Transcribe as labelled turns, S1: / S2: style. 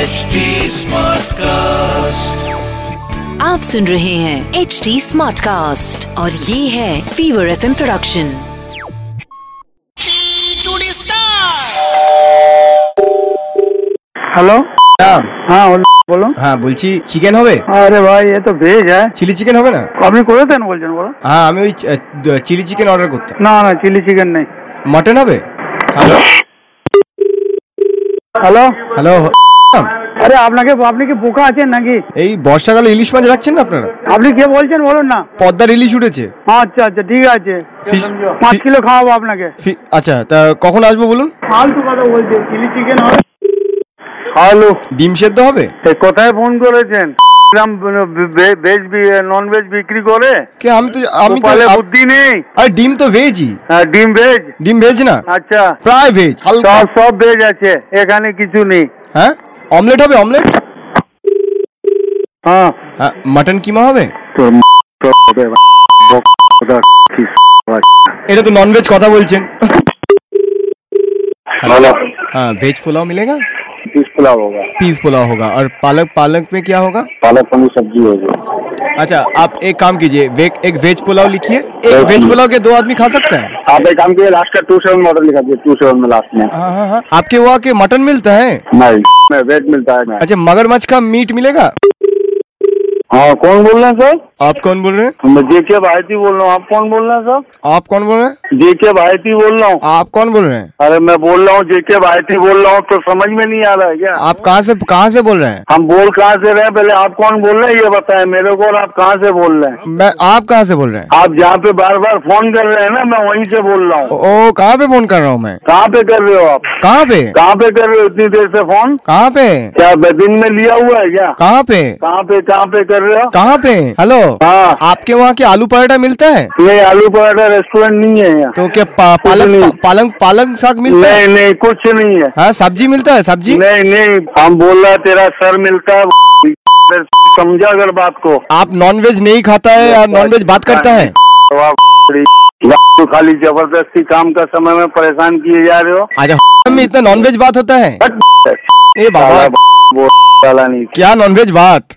S1: HD Smartcast.
S2: आप सुन रहे हैं एच डी स्मार्ट कास्ट और ये है फीवर एफ प्रोडक्शन
S3: হ্যালো
S4: হ্যাঁ
S3: হ্যাঁ ওল- বলো
S4: হ্যাঁ বলছি চিকেন হবে
S3: আরে ভাই এ তো ভেজ হ্যাঁ
S4: চিলি চিকেন হবে না
S3: আপনি করে দেন বলছেন বলো
S4: হ্যাঁ আমি ওই চিলি চিকেন অর্ডার করতাম
S3: না না চিলি চিকেন নেই
S4: মটন হবে হ্যালো
S3: হ্যালো
S4: হ্যালো
S3: আরে আপনাকে আপনি কি বোকা আছেন নাকি
S4: এই বর্ষাকালে ইলিশ মাছ রাখছেন না আপনারা
S3: আপনি কে বলছেন বলুন না
S4: পদ্মার ইলিশ উঠেছে
S3: আচ্ছা আচ্ছা ঠিক আছে
S4: ফিশ-
S3: পাঁচ
S4: ফি-
S3: কিলো খাওয়াবো আপনাকে
S4: ফি- আচ্ছা তা কখন আসবো বলুন
S3: ফালতু কথা বলছে চিলি চিকেন হবে হ্যালো
S4: ডিম সেদ্ধ হবে
S3: এ কোথায় ফোন করেছেন গ্রাম ভেজ নন ভেজ বিক্রি করে
S4: কে আমি তো আমি তো
S3: কপালে বুদ্ধি নেই
S4: আরে ডিম তো ভেজই
S3: হ্যাঁ, ডিম ভেজ
S4: ডিম ভেজ না
S3: আচ্ছা
S4: প্রায় ভেজ হালকা
S3: সব সব ভেজ আছে এখানে কিছু নেই
S4: হ্যাঁ অমলেট হবে অমলেট
S3: হ্যাঁ
S4: হ্যাঁ মটন কিমা হবে
S3: তোর
S4: এটা তো ননভেজ কথা বলছেন हाँ वेज पुलाव मिलेगा
S5: पीस पुलाव होगा
S4: पीस पुलाव होगा और पालक पालक में क्या होगा
S5: पालक पनीर सब्जी होगी
S4: अच्छा आप एक काम कीजिए वे, एक वेज पुलाव लिखिए एक वेज पुलाव के दो आदमी खा सकते हैं
S5: आप एक काम कीजिए लास्ट का टू सेवन मॉडल लिखा दिए टू सेवन में लास्ट में
S4: हाँ हाँ हाँ आपके वहाँ के मटन मिलता है
S5: नहीं में वेट मिलता है
S4: अच्छा मगरमच्छ का मीट मिलेगा
S5: हाँ कौन बोल रहे हैं सर
S4: आप कौन बोल रहे हैं
S5: मैं जेके भारती बोल रहा हूँ आप कौन बोल रहे हैं सर
S4: आप कौन बोल रहे हैं
S5: जेके भारती बोल रहा हूँ
S4: आप कौन बोल रहे हैं
S5: अरे मैं बोल रहा हूँ जेके भारती बोल रहा हूँ तो समझ में नहीं आ रहा है क्या
S4: आप कहाँ से कहाँ से बोल रहे हैं
S5: हम बोल कहाँ से रहे हैं पहले आप कौन बोल रहे हैं ये बताएं मेरे को और आप कहाँ से बोल रहे हैं
S4: मैं आप कहाँ से बोल रहे हैं
S5: आप जहाँ पे बार बार फोन कर रहे हैं ना मैं वहीं से बोल रहा हूँ
S4: ओ ओ, कहाँ पे फोन कर रहा हूँ मैं
S5: कहाँ पे कर रहे हो आप
S4: कहाँ पे
S5: कहाँ पे कर रहे हो इतनी देर से फोन
S4: कहाँ पे
S5: क्या दिन में लिया हुआ है क्या
S4: कहाँ पे
S5: कहाँ पे कहाँ पे कर रहे हो
S4: कहाँ पे हेलो
S5: हाँ।
S4: आपके वहाँ के आलू पराठा मिलता है
S5: नहीं आलू पराठा रेस्टोरेंट नहीं है यहाँ
S4: तो क्या पा,
S5: नहीं।
S4: पालक पालक पालक साग मिलता है
S5: नहीं नहीं कुछ नहीं है
S4: हाँ सब्जी मिलता है सब्जी
S5: नहीं नहीं हम बोल रहा है, तेरा सर मिलता है समझा अगर बात को
S4: आप नॉन वेज नहीं खाता है और नॉन वेज बात करता है
S5: तो आप तो खाली जबरदस्ती काम का समय में परेशान किए जा रहे हो
S4: आज में इतना नॉन वेज बात होता है
S5: हट
S4: ए
S5: साला
S4: बाबा
S5: वो साला नहीं
S4: क्या नॉन वेज बात